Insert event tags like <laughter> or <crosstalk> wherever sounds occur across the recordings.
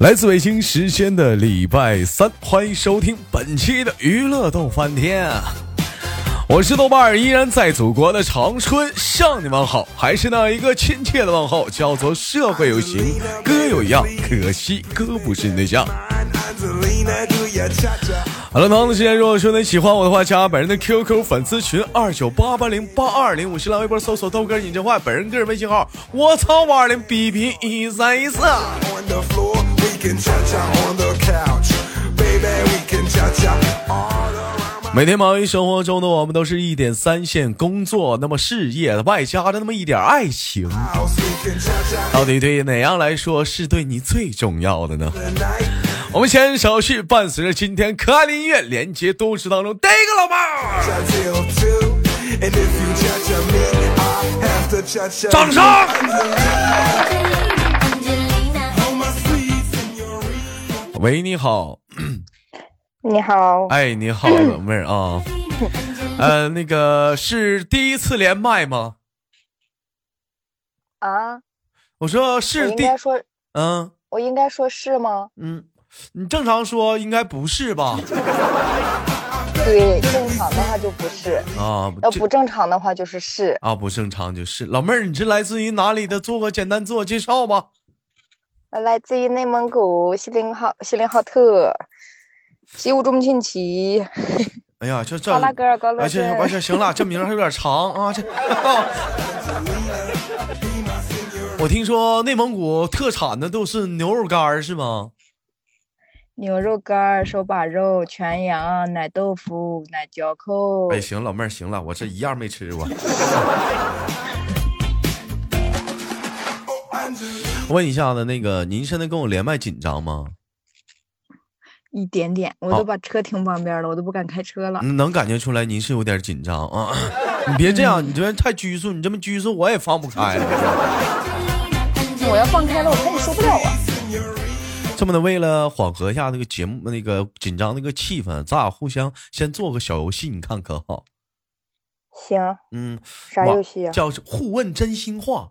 来自北京时间的礼拜三，欢迎收听本期的娱乐逗翻天啊！我是豆瓣儿，依然在祖国的长春向你们好，还是那一个亲切的问候，叫做社会有形，哥有样，可惜哥不是你对象。好了，同样的时间，如果说您喜欢我的话，加本人的 QQ 粉丝群二九八八零八二零五，新浪微博搜索豆哥你真坏，本人个人微信号我操五二零 B B 一三一四。 on the floor, we can cha cha on the couch. Baby, we can cha cha all around my 每天忙于生活中的我们，都是一点三线工作，那么事业外加着那么一点爱情， house. We can cha cha 到底对哪样来说是对你最重要的呢？ tonight. 我们先手续伴随着今天可爱的音乐，连接都市当中第一个老妹儿， Cha till two. And if you cha cha me, I have to cha cha. 掌声！ Oh, my sweet señorita. 喂，你好，你好，哎，你好，老妹儿啊，呃，那个是第一次连麦吗？啊，我说我是应第，该说，嗯我应该说是吗？嗯，你正常说应该不是吧？对，正常的话就不是，啊，要这不正常的话就是是。啊，不正常就是。老妹儿，你是来自于哪里的？做个简单自我介绍吧。来自于内蒙古锡林浩锡林浩特，西乌中沁旗，哎呀，这这，巴拉而格尔高且勒而镇且，完事儿行了，这名儿还有点长啊。这，哦我听说内蒙古特产的都是牛肉干儿，是吗？牛肉干儿、手把肉、全羊、奶豆腐、奶嚼扣。哎，行，老妹儿，行了，我这一样没吃过。 <laughs> 我问一下子，那个您现在跟我连麦紧张吗？一点点，我好嗯都把车停旁边了，我都不敢开车了。能感觉出来您是有点紧张啊。你别这样，你这太拘束，你这么拘束我也放不开了。我要放开了，我看你受不了啊！这么的，为了缓和一下那个节目那个紧张那个气氛，咱俩互相先做个小游戏，你看可好？行，嗯，啥网游戏啊呀、叫是互问真心话，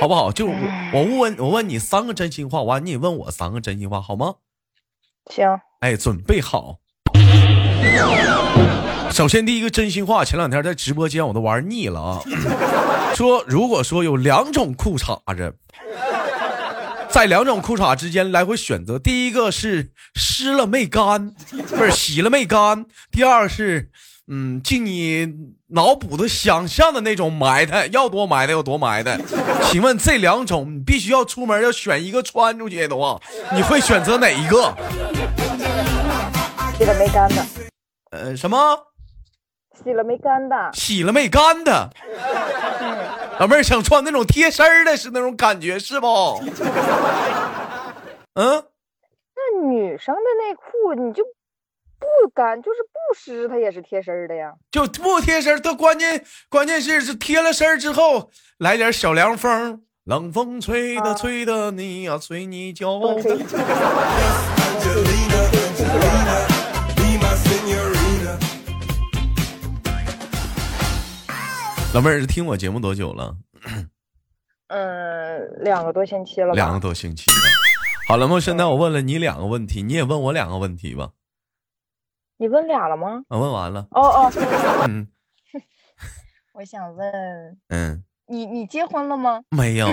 好不好？就是我我问我问你三个真心话，完你也问我三个真心话，好吗？行，哎，准备好。首先，第一个真心话，前两天在直播间我都玩腻了啊。说如果说有两种裤衩子，在两种裤衩之间来回选择，第一个是湿了没干，不是洗了没干；第二是，嗯，尽你脑补的想象的那种埋汰，要多埋汰有多埋汰。请问这两种，你必须要出门要选一个穿出去的话，你会选择哪一个？洗了没干的，呃，什么洗了没干的，洗了没干的？老妹儿想穿那种贴身儿的，是那种感觉是不？嗯，那女生的内裤你就不干，就是不湿，它也是贴身儿的呀。就不贴身儿，它关键关键是是贴了身儿之后来点小凉风，冷风吹的啊吹的你呀、随你脚风哦吹的。 Angelina, Angelina, be my señorita. 老妹儿听我节目多久了？嗯，两个多星期了吧？两个多星期了。好了吗？现在我问了你两个问题，你也问我两个问题吧。你问俩了吗？我问完了。哦哦，嗯我想问嗯，你，你结婚了吗？没 <laughs> 有。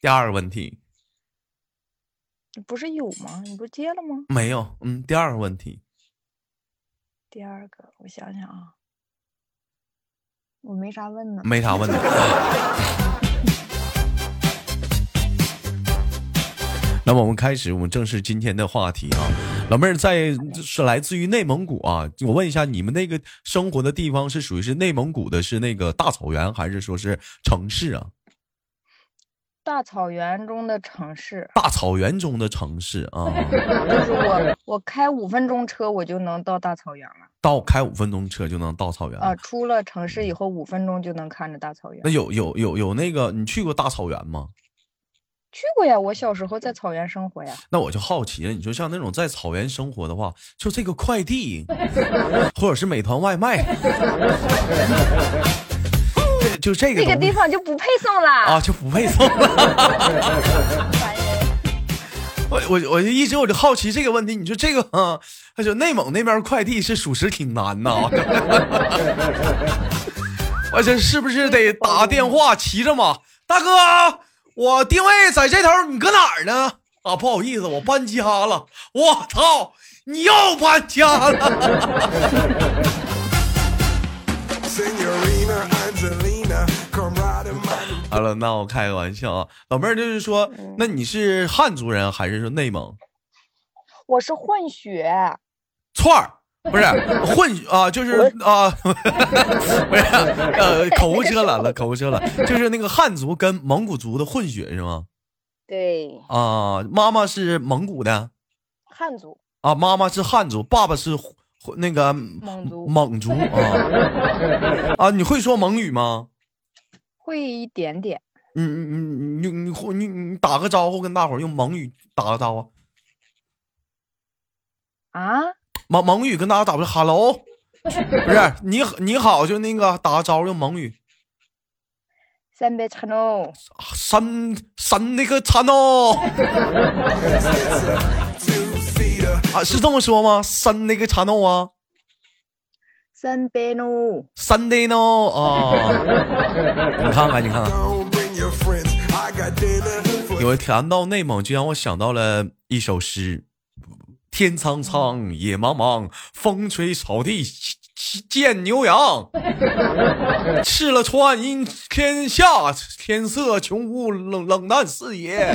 第二个问题。你不是有吗？你不是结了吗？没有，嗯，第二个问题，第二个，我想想啊，我没啥问呢。没啥问题。 <laughs> 那么我们开始我们正式今天的话题啊，老妹儿在是来自于内蒙古啊，我问一下你们那个生活的地方是属于是内蒙古的，是那个大草原还是说是城市啊？大草原中的城市，大草原中的城市啊，就是我，我开五分钟车我就能到大草原了。到开五分钟车就能到草原了啊，出了城市以后五分钟就能看着大草原那。有有有有那个你去过大草原吗？去过呀，我小时候在草原生活呀。那我就好奇了，你说像那种在草原生活的话，就这个快递，或者是美团外卖， <laughs> 就这个那个东西地方就不配送啦。啊，就不配送了。烦人我我我就一直我就好奇这个问题，你说这个啊，他说内蒙那边快递是属实挺难呐， <laughs> 我这是不是得打电话骑着马？大哥，我定位在这头，你搁哪儿呢？啊，不好意思，我搬家了。我操，你又搬家了？ <laughs> Signorina Angelina, come ride in my 好了，那我开个玩笑啊，老妹儿就是说，那你是汉族人还是说内蒙我是混血，串儿？不是混啊，就是啊，不是呃，口无遮拦了，口无遮拦，就是那个汉族跟蒙古族的混血是吗？对，啊，妈妈是蒙古的汉族，啊，妈妈是汉族，爸爸是胡那个蒙族蒙族啊啊，你会说蒙语吗？会一点点。你你你你你你你打个招呼跟大伙儿用蒙语打个招呼，啊，蒙蒙语跟大家打不是 hello，不是你你好就那个打个招呼用蒙语，三杯茶喽，三三那个餐哦 two-seater. 啊是这么说吗？三那个餐哦啊，三杯喽，三的呢啊， <laughs> 你看看你看看， Don't bring your friends. I got dinner for 有谈到内蒙，就让我想到了一首诗：天苍苍，野茫茫，风吹草地见牛羊。 <laughs> 赤了川，阴天下，天色穷乌冷冷淡视野。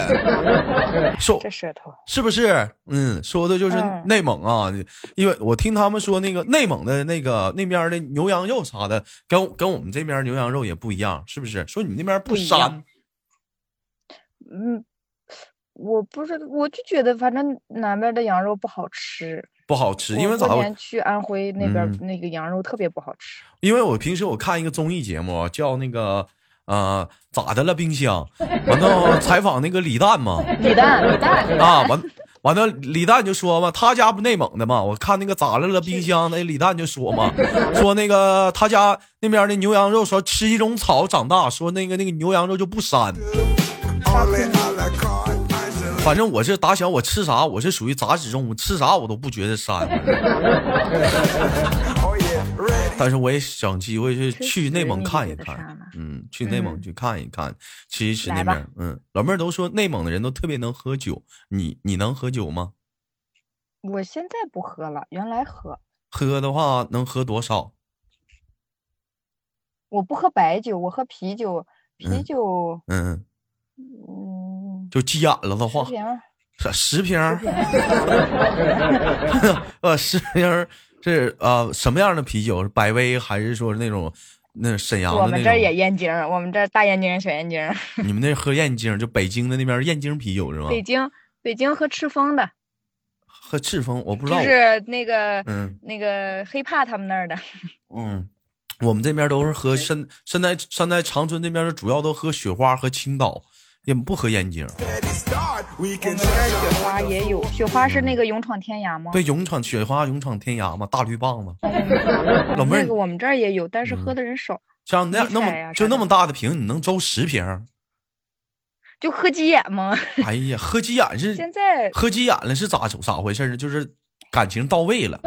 说这舌头是不是？嗯，说的就是嗯内蒙啊，因为我听他们说那个内蒙的那个那边的牛羊肉啥的，跟跟我们这边牛羊肉也不一样，是不是？说你们那边不不一膻，样嗯，我不是，我就觉得反正南边的羊肉不好吃，不好吃，因为我咋过回？年去安徽那边儿嗯那个羊肉特别不好吃，因为我平时我看一个综艺节目啊叫那个呃咋的了冰箱，完了采访那个李诞嘛李诞，李诞，李啊诞完。完了，李诞就说嘛，他家不内蒙的嘛。我看那个咋了了冰箱，那李诞就说嘛，说那个他家那边的牛羊肉，说吃一种草长大，说那个那个牛羊肉就不膻。 only a la carte. Angelina, 反正我是打小我吃啥，我是属于杂食动物，吃啥我都不觉得膻。 oh yeah, ready. 但是我也想机会去去内蒙看一确实你觉看得膻吗，嗯，去内蒙去看一看，吃一吃那来边儿。嗯，老妹儿都说内蒙的人都特别能喝酒，你你能喝酒吗？我现在不喝了，原来喝，喝的话能喝多少？我不喝白酒，我喝啤酒，啤嗯酒，嗯，嗯，就急眼了的十话，瓶儿，是十瓶儿， <laughs> 呃，十瓶儿是呃什么样的啤酒？是百威还是说那种那沈阳我的们那这儿也种？燕京儿，我们这儿大燕京儿、小燕京儿，你们那喝燕京，就北京的那边燕京啤酒是吗？北京北京喝赤峰的，喝赤峰，我不知就道。是那个嗯那个黑怕他们那儿的，嗯，我们这边都是喝现现在现在长春这边的主要都喝雪花和青岛，也不喝燕京。 Steady start. We 我 can 们这儿 cha-cha 雪 on 花 the 也有，雪花是那个勇闯天涯吗？对， <laughs> 勇闯雪花，勇闯天涯嘛，大绿棒子。老妹那儿嗯个，我们这儿也有，但是喝的人少，像那迷那彩呀么就啥那的么大的瓶，你能装十瓶儿？就喝急眼 <laughs> 嘛。哎呀，喝急眼是现在喝急眼了是咋咋回事儿呢？就是感情到位 <laughs> 了，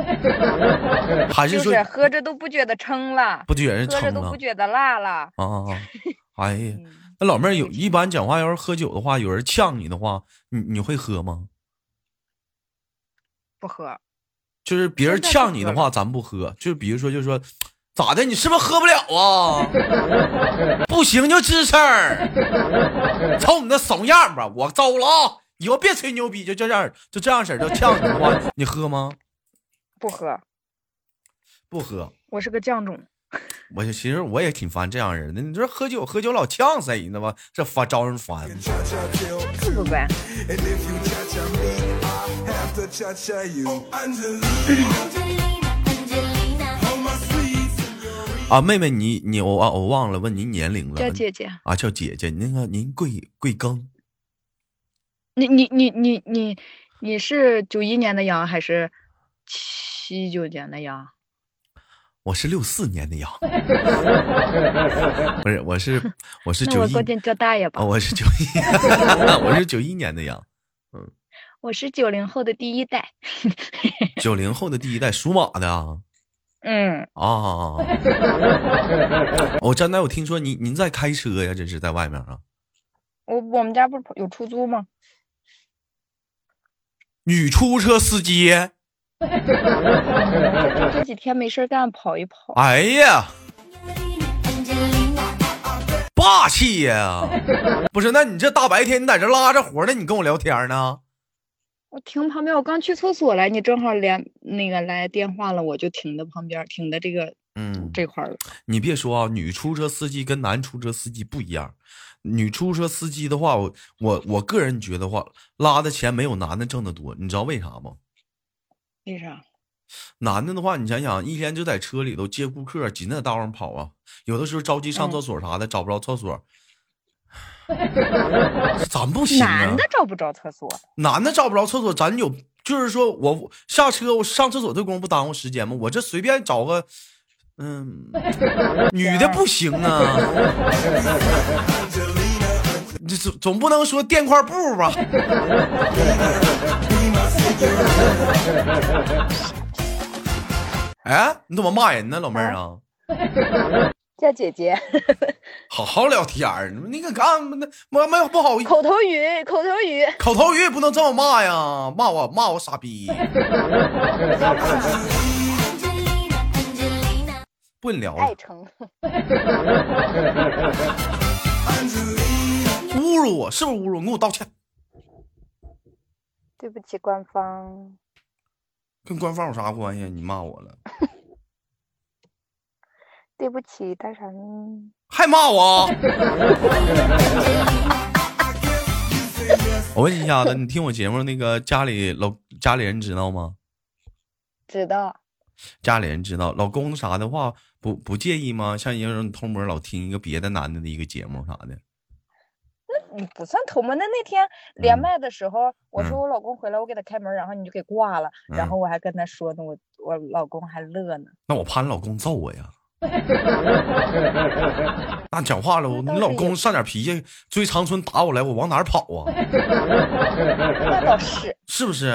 还是就说是喝着都不觉得撑了，不觉得人喝着撑都了不觉得辣了。啊 <laughs> 啊？啊哎呀，嗯那老妹儿有一般讲话，要是喝酒的话，有人呛你的话，你你会喝吗？不喝，就是别人现在不呛你的喝话，咱不喝。就是比如说，就是说，咋的？你是不是喝不了啊？ <laughs> 不行就吱声儿，瞅你那怂样儿吧，我走了啊！以后别吹牛逼，就这样儿，就这样式儿，就呛你的话，你喝吗？不喝，不喝。我是个犟种。我就其实我也挺烦这样人的。你说喝酒喝酒老呛谁呢吧？这烦招人烦。 cha-cha till 是不 two. 呗？ And if you cha-cha me, I have to cha-cha you. Oh, Angelina, Angelina, Angelina. oh my sweet señorita. 啊，妹妹你你我啊我忘了问您年龄了。叫姐姐，啊，叫姐姐。那个您贵贵庚？你你你你你你是九一年的羊还是七九年的羊？我是六四年的羊， <laughs> 不是，我是我是那九我一过，见浙大爷吧啊，。我是九一，我是九一年的羊，我是九零后的第一代。九零后的第一代属马的啊嗯，啊！ <laughs> 我真的，我听说您您在开车呀，这是在外面啊？我我们家不是有出租吗？女出租车司机，就这几天没事儿干跑一跑。哎呀，霸气呀、 <laughs> 不是，那你这大白天你在这拉着活呢，你跟我聊天呢？我停旁边，我刚去厕所来，你正好连那个来电话了，我就停在旁边儿，停在这个嗯，这块儿了。你别说啊，女出租车司机跟男出租车司机不一样。女出租车司机的话，我我我个人觉得话，拉的钱没有男的挣的多，你知道为啥吗？为啥？男的的话，你想想，一天就在车里头接顾客，紧着在道上跑啊，有的时候着急上嗯厕所啥的，找不着厕所， <sighs> 咱不行啊。男的找不着厕所，男的找不着厕所，咱有就是说我下车我上厕所这功夫不耽误时间吗？我这随便找个，嗯， <laughs> 女的不行啊， <laughs> 这总总不能说垫块布吧？哎，你怎么骂人呢，老妹儿啊？叫姐 <laughs> 姐。好好聊天儿，那个干那我没有不好意思。口头语，口头语。口头语也不能这么骂呀，骂我骂我傻逼。不跟你聊爱了，称， <laughs> 侮辱我是不是侮辱？你给我道歉，对不起，官方，跟官方有啥关系？你骂我了，对不起，大神。还骂 <laughs> 我？我问一下子，你听我节目那个家里老家里人知道吗？知道，家里人知道，老公啥的话不不介意吗？像有人偷摸老听一个别的男的的一个节目啥的，嗯，不算偷摸。那那天连嗯麦的时候，我嗯说我老公回来，我给他开门，然后你就给挂了，然嗯后我还跟他说呢，我我老公还乐 <laughs> 呢。那我怕你老公揍我 <laughs> 呀。那讲话了，我那你倒老是也公上点脾气，追长春打我来，我往哪儿跑啊？那倒是，是不是？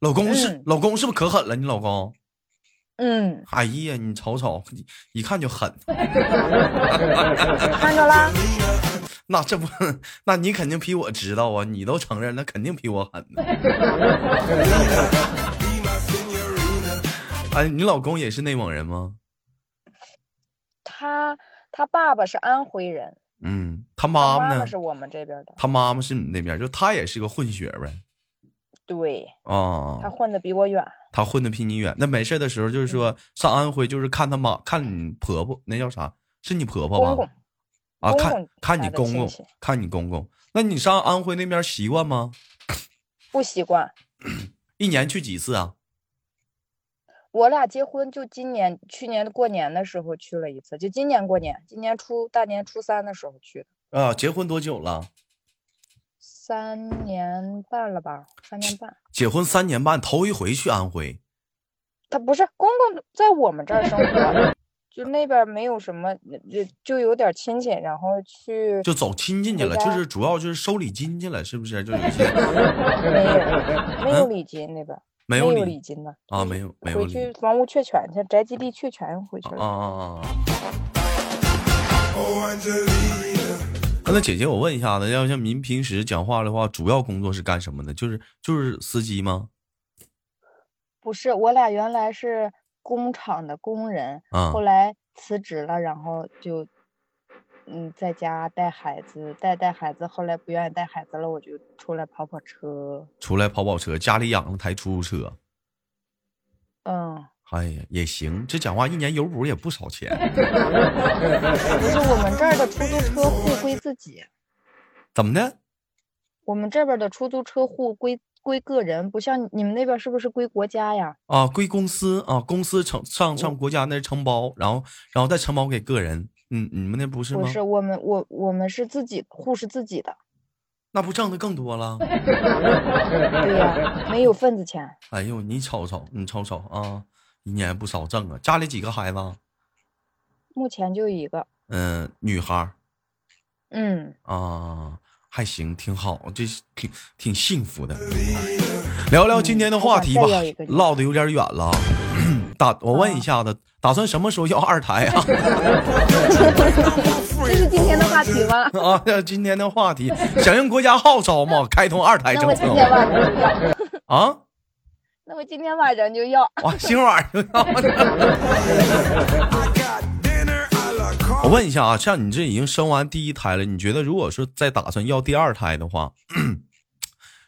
老公是、嗯老公是不是可狠了？你老公？嗯，哎呀，你瞅瞅，你一看就狠。看着啦，那这不，那你肯定比我知道啊！你都承认，那肯定比我狠 <laughs> 呢。哎，你老公也是内蒙人吗？他他爸爸是安徽人，嗯，他他妈妈呢妈？是我们这边的，他妈妈是你那边，就他也是个混血呗。对啊、他混的比我远。他混的比你远。那没事的时候，就是说嗯上安徽，就是看他妈，看你婆婆，那叫啥？是你婆婆吧？公公啊，公看公看家你的公亲公戚，看你公公。那你上安徽那边习惯吗？不习惯，一年去几次啊？我俩结婚就今年，去年过年的时候去了一次，就今年过年，今年初大年初三的时候去的，啊，结婚多久了？三年半了吧，三年半。结婚三年半，头一回去安徽。他不是公公在我们这儿生 <laughs> 活，就那边儿没有什么，就就有点亲戚，然后去就走亲戚去了，回就家是主要就是收礼金去了，是不是？就有一 <laughs> 些没 <laughs> 有没有嗯礼金那边儿没有有礼礼金的啊，没有没有回礼去房屋确权去，宅基地确权回去啊了。啊啊！啊 Oh, Angelina, 那姐姐，我问一下子，要像您平时讲话的话，主要工作是干什么的？就是就是司机吗？不是，我俩原来是工厂的工人，啊后来辞职了，然后就嗯在家带孩子，带带孩子，后来不愿意带孩子了，我就出来跑跑车。出来跑跑车，家里养了台出租车。嗯，哎呀，也行，这讲话一年油补也不少钱，就是我们这儿的出租车互归自己，怎么的？我们这边儿的出租车互归归个人，不像你们那边儿是不是归国家呀？啊，归公司啊，公司承上上国家那承包，然后然后再承包给个人。嗯，你们那不是不吗？是，我们我我们是自己户是 <laughs> 自己的，那不挣的更多了？对呀、没有份子钱。哎呦，你瞅瞅，你瞅瞅啊，一年不少挣啊。家里几个孩子啊？目前就一个，嗯、女孩儿嗯， <laughs> 啊，还行，挺好，这是挺挺幸福的。聊聊嗯今天的话题吧我想再要一个，这个唠的有点远了。 <clears throat> 打我问一下子，打算什么时候要二胎啊？ <laughs> 这是今天的话题吗？啊，今天的话题，响应国家号召嘛，开通二胎那政我今天策晚上就要， <laughs> 啊。那我今天晚上就要。哇，今晚就要呢。 I got dinner a la 我 carte. 问一下啊，像你这已经生完第一胎了，你觉得如果说再打算要第二胎的话，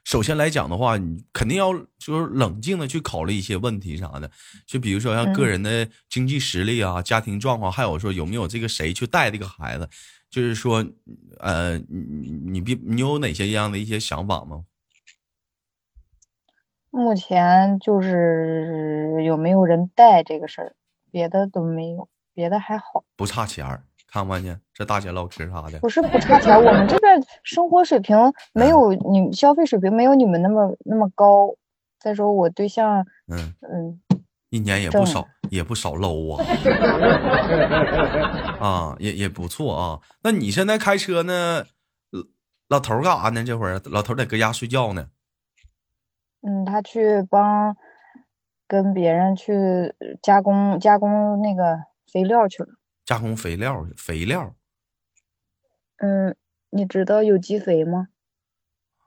首先来讲的话，你肯定要就是冷静的去考虑一些问题啥的，就比如说像个人的经济实力啊、家庭状况，还有说有没有这个谁去带这个孩子，就是说，呃，你你你比你有哪些样的一些想法吗？目前就是有没有人带这个事儿，别的都没有，别的还好。不差钱儿，看不看见这大姐唠嗑啥的不是不差钱，我们这边生活水平没有你消费水平没有你们那么那么高。再说我对象，嗯，嗯，一年也不挣少，也不少搂啊。 <laughs> 啊，也也不错啊。那你现在开车呢？呃老头儿干啥呢？这会儿老头儿在搁家睡觉呢。嗯，他去帮跟别人去呃加工加工那个肥料去了。加工肥料，肥料嗯，你知道有机肥吗？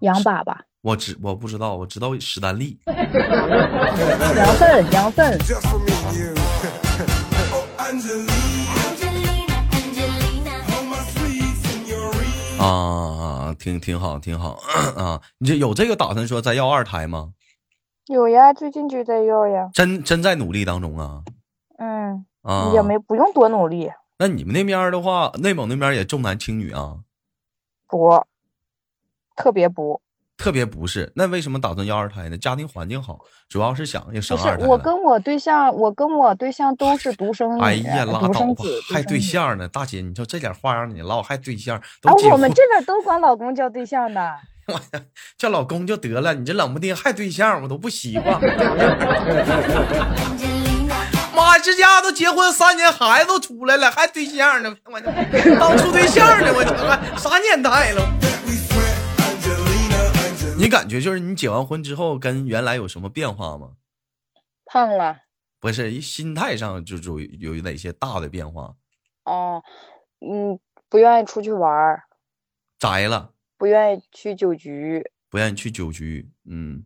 羊粑粑、我知我不知道，我知道史丹利。羊粪、羊粪， Just for me and you. <laughs> oh, Angelina, Angelina, Angelina, oh my sweet senorita. 啊，挺挺好，挺好 <clears throat> 啊！你这有这个打算说再要二胎吗？有呀，最近就在要呀。真真在努力当中啊嗯，啊！也没不用多努力，那你们那边儿的话，内蒙那边儿也重男轻女啊，不，特别不。特别不是。那为什么打算要二胎呢？家庭环境好，主要是想要不生是二胎。我跟我对象，我跟我对象都是独生女，哎呀，拉独倒生吧子，，独还生对女。象呢，大姐，你就这点话让你唠，还对象，都啊结，我们婚这边都管老公叫对象的。叫老公就得了，你这冷不丁还对象，我都不习惯。 <laughs> Angelina, 妈，这家都结婚三年，孩子都出来了，还对象呢，我 <laughs> 就当处对象呢，我这还 <laughs> 啥年代了？ <laughs> That we sweat, Angelina, Angelina. 你感觉就是你结完婚之后跟原来有什么变化吗？胖了不是，一心态上就有有哪些大的变化？哦，嗯，不愿意出去玩儿，宅了，不愿意去酒局，不愿意去酒局，嗯，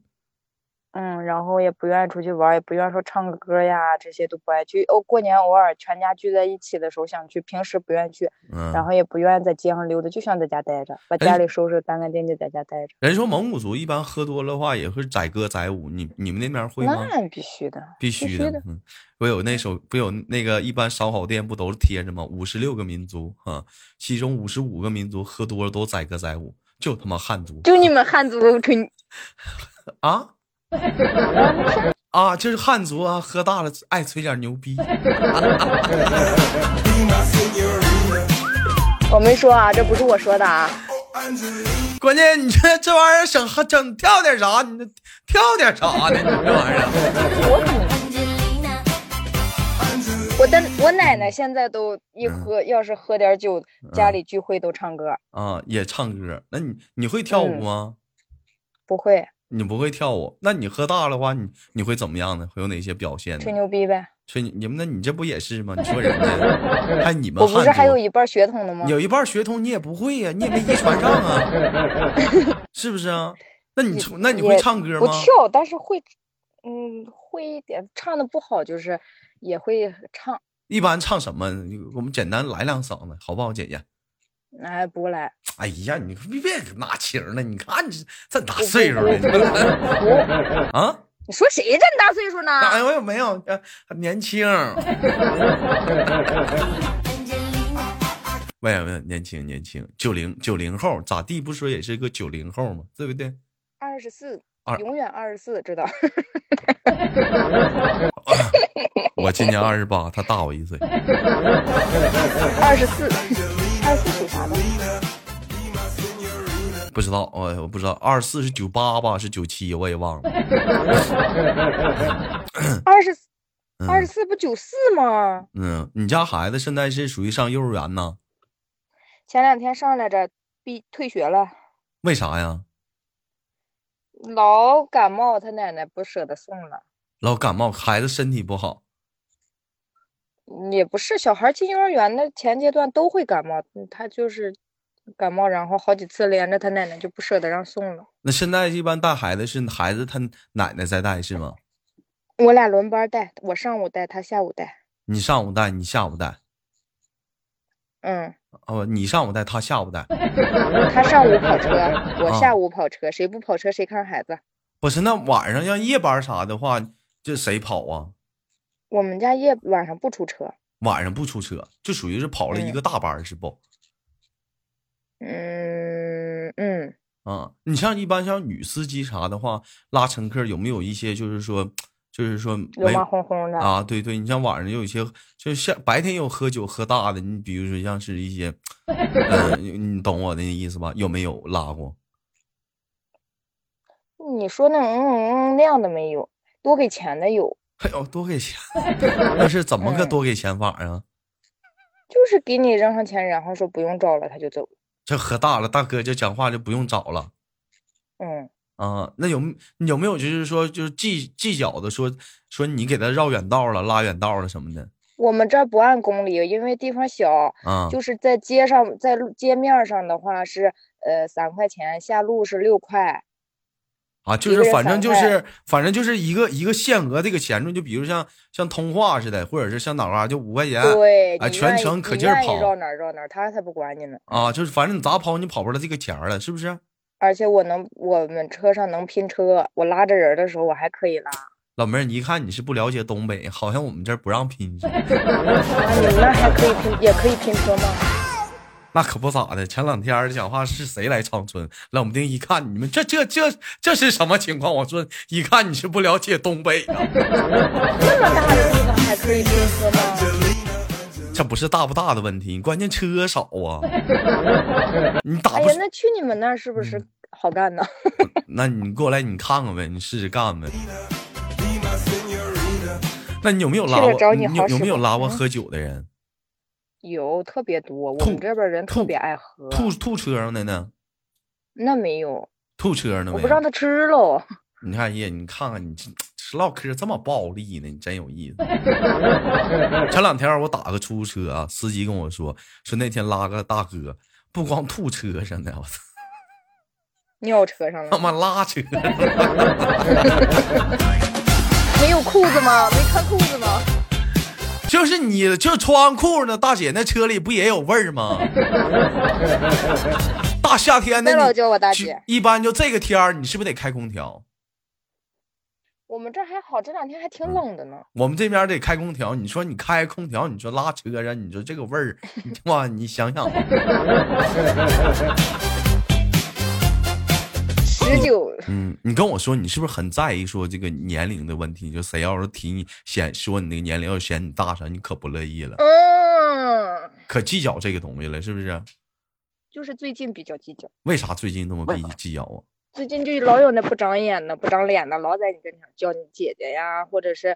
嗯，然后也不愿意出去玩儿，也不愿意说唱个歌呀，这些都不爱去。哦，过年偶尔全家聚在一起的时候想去，平时不愿意去，嗯然后也不愿意在街上溜达，就想在家待着，把哎家里收拾干干净净，在家待着。人说蒙古族一般喝多了的话也会载歌载舞，你你们那边会吗？那必须的，必须须的，的嗯，不有那首不有那个一般烧烤店不都是贴着吗？五十六个民族啊，其中五十五个民族喝多了都载歌载舞，就他妈汉族就你们汉族纯啊 <laughs> 啊，就是汉族啊，喝大了爱吹点牛逼。 <laughs> Be my senorita. 我没说啊，这不是我说的啊。 Oh, Angelina, 关键你这这玩意儿整整跳点啥？你这跳点啥呢？你这玩意儿 Angelina, Angelina. 我的我奶奶现在都一喝，要是喝点酒，家嗯里聚会都唱歌，啊，也唱歌？那你你会跳舞吗？不会你不会跳舞，那你喝大了的话，你你会怎么样呢？会有哪些表现呢？吹牛逼呗。吹你你们那你这不也是吗？你说人家，还你们我不是汉还族有一半血统的吗？有一半血统你也不会呀、你也没遗传上啊，是不是啊？那你从那你会也唱歌不吗？跳，但是会，嗯，会一点，唱的不好就是也会唱，一般唱什么？我们简单来两嗓子，好不好，姐姐？哎，不来，哎呀，你别别拿情了，你看你这大不不岁数了，不你这 <laughs> 不，啊？你说谁这么大岁数呢？啊哎呦，没有，呃年轻。 <laughs> 没有没有，年轻年轻，九零九零后咋地？不说也是个九零后吗？对不对？二十四二，永远二十四，知道？我今年二十八，他大我一岁。二十 <laughs> 四， Angelina, 二十四属啥的？ be my senorita. 不知道，我、我不知道，二十四是九八吧，是九七，我也忘了。二十四嗯二十四不九四吗？嗯，你家孩子现在是属于上幼儿园呢？前两天上来着，毕退学了，为啥呀？老感冒，他奶奶不舍得送了。老感冒，孩子身体不好。也不是，小孩进幼儿园的前阶段都会感冒，嗯他就是感冒，然后好几次连着他奶奶就不舍得让送了。那现在一般带孩子是孩子他奶奶在带是吗？我俩轮班带，我上午带，他下午带。你上午带，你下午带，嗯，哦，你上午带，他下午带。他上午跑车，我啊下午跑车，谁不跑车谁看孩子。不是，那晚上要夜班啥的话，这谁跑啊？我们家夜晚上不出车，晚上不出车，就属于是跑了一个大班儿，是不？嗯嗯，啊，你像一般像女司机啥的话，拉乘客有没有一些就是说，就是说流没氓哄哄的，啊？对对，你像晚上有一些，就是像白天有喝酒喝大的，你比如说像是一 <laughs> 些，呃，你你懂我的意思吧？有没有拉过？你说那嗯嗯嗯那样的没有，多给钱的有，哎呦，多给钱， <laughs> 那是怎么哎个多给钱法啊？就是给你扔上钱，然后说不用找了，他就走。这喝大了，大哥就讲话就不用找了嗯，啊。那有有没有就是说就是计计较的说说你给他绕远道了、拉远道了什么的我们这儿不按公里，因为地方小，啊？就是在街上，在路街面儿上的话是呃三块钱，下路是六块。啊，就一是个人反正散就是反正就是一个一个限额这个钱数，就比如像像通话似的，或者是像哪嘎、啊就五块钱，对，哎，你全愿意程可你劲儿愿意绕跑哪儿绕哪儿，他才不管你呢。啊，就是反正你咋跑你跑不了这个钱儿了，是不是？而且我能，我们车上能拼车，我拉着人儿的时候我还可以拉。老妹儿，你一看你是不了解东北，好像我们这儿不让拼似的。啊，你们那儿还可以拼，也可以拼车吗？那可不咋的，前两天儿讲话是谁来长春，冷不丁一看你们这这这这是什么情况？我说一看你是不了解东北啊，这么大的地方还可以拼车吗？这不是大不大的问题，关键车少 <laughs> 啊，你打哎不嗯呀死，，那去你们那儿是不是好干呢？ <laughs> 那你过来你看看呗，你试试干呗。那你有没有拉去过了找你有好有没使有吗拉过嗯喝酒的人？有特别多，我吐们这边人特吐别爱喝。吐吐车上的呢？那没有，吐车上的我没不让有？他吃喽。你看爷，你看看你这这唠嗑这么暴力呢，你真有 <laughs> 意思。前两天我打个出租车啊，司机跟我说，说那天拉个大哥，不光吐车上的，我操尿车上他 <laughs> 了，妈拉车上了没有裤子吗？没穿裤子吗？就是你就穿裤呢，大姐那车里不也有味儿 <laughs> 吗？大夏天的别你，老叫我大姐一般就这个天儿，你是不是得开空调？我们这儿还好，这两天还嗯挺冷的呢。我们这边得开空调，你说你开空调，你说拉车上，你说这个味儿，你他妈你想想吧。 <laughs> 十九，嗯，你跟我说，你是不是很在意说这个年龄的问题？就谁要是提你嫌说你那个年龄，要是嫌你大啥，你可不乐意了，嗯，可计较这个东西了，是不是？就是最近比较计较，为啥最近那么计计较啊？最近就老有那不长眼的、不长脸的，老在你跟前叫你姐姐呀，或者是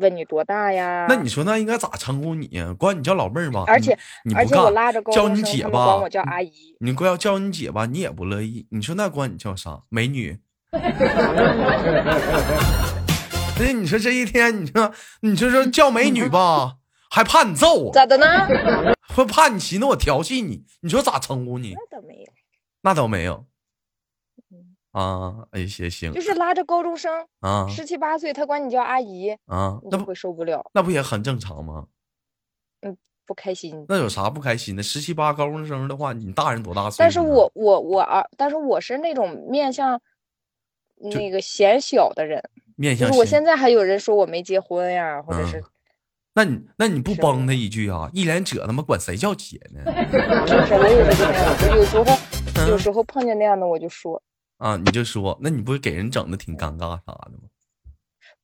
问你多大呀。那你说那应该咋称呼你呀？管你叫老妹儿吧，啊而你且你而不且我干，拉着高叫中你生姐他们吧管我叫阿姨，你管要叫你姐吧，你也不乐意。你说那管你叫啥？美女。 <laughs> 哎，你说这一天，你说你就说叫美女吧，还怕你揍我，<laughs> 咋的呢？会怕你寻思我调戏你，你说咋称呼你？那倒没有，那倒没有。啊，哎，行行嗯就是拉着高中生啊十七八岁，他管你叫阿姨，啊，你那就不会受不了，那不也很正常吗？不开心。那有啥不开心的？十七八高中生的话，你大人多大岁数啊？但是我我我儿，但是我是那种面向就那个显小的人，面就向是我谁现在还有人说我没结婚呀，或者嗯是那你那你不是帮他一句啊？一脸褶他妈管谁叫姐呢？ <laughs> 是不是？我有时候就那样，我有时候有嗯时候碰见那样的我就说，啊，你就说，那你不是给人整的挺尴尬啥的吗？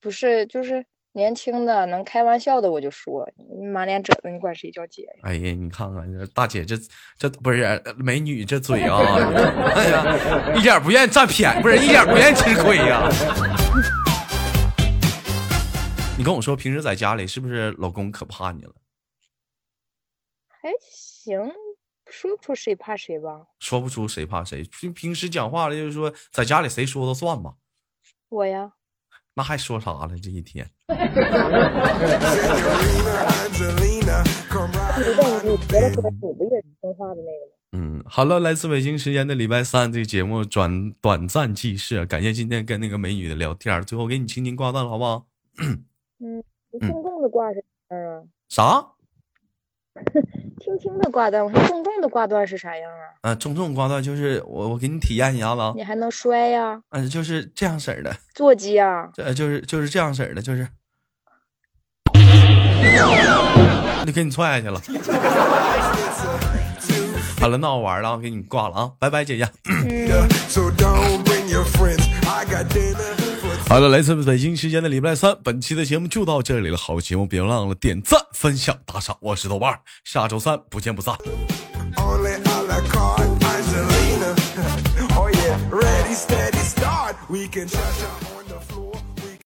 不是，就是年轻的能开玩笑的我就说，你满脸褶子，你管谁叫姐呀？哎呀，你看看这大姐这这不是呃美女这嘴啊， <laughs> 哎呀，一点不愿意占便宜，不是一点不愿意吃亏呀、 <laughs> 你跟我说，平时在家里是不是老公可怕你了？还哎行，说不出谁怕谁吧。说不出谁怕谁，就平时讲话了，就是说在家里谁说都算吧，我呀，那还说啥了？这一天 Angelina, come right 你问你别的说我不也是听话的那个吗？嗯，好了，来自北京时间的礼拜三，这个节目转短暂记事，啊感谢今天跟那个美女的聊天儿，最后给你轻轻挂断了，好不好？你嗯重重的挂是啥样啊？啥？轻轻的挂断，我说重重的挂断是啥样啊？嗯、重重挂断就是我，我给你体验一下子啊，你还能摔呀、嗯、就是这样式儿的，座机啊呀、这就是就是这样式儿的，就是，就给你踹下去了。 <laughs> 好了，那我玩了啊，给你挂了啊，拜拜，姐姐。 under, so don't bring your friends. I got dinner for 好了，来自北京时间的礼拜三，本期的节目就到这里了。好节目别忘了点赞、分享、打赏。我是豆瓣儿，下周三不见不散。 only a la carte. <laughs> Angelina, oh yeah, ready, steady, start. We can cha cha on the floor.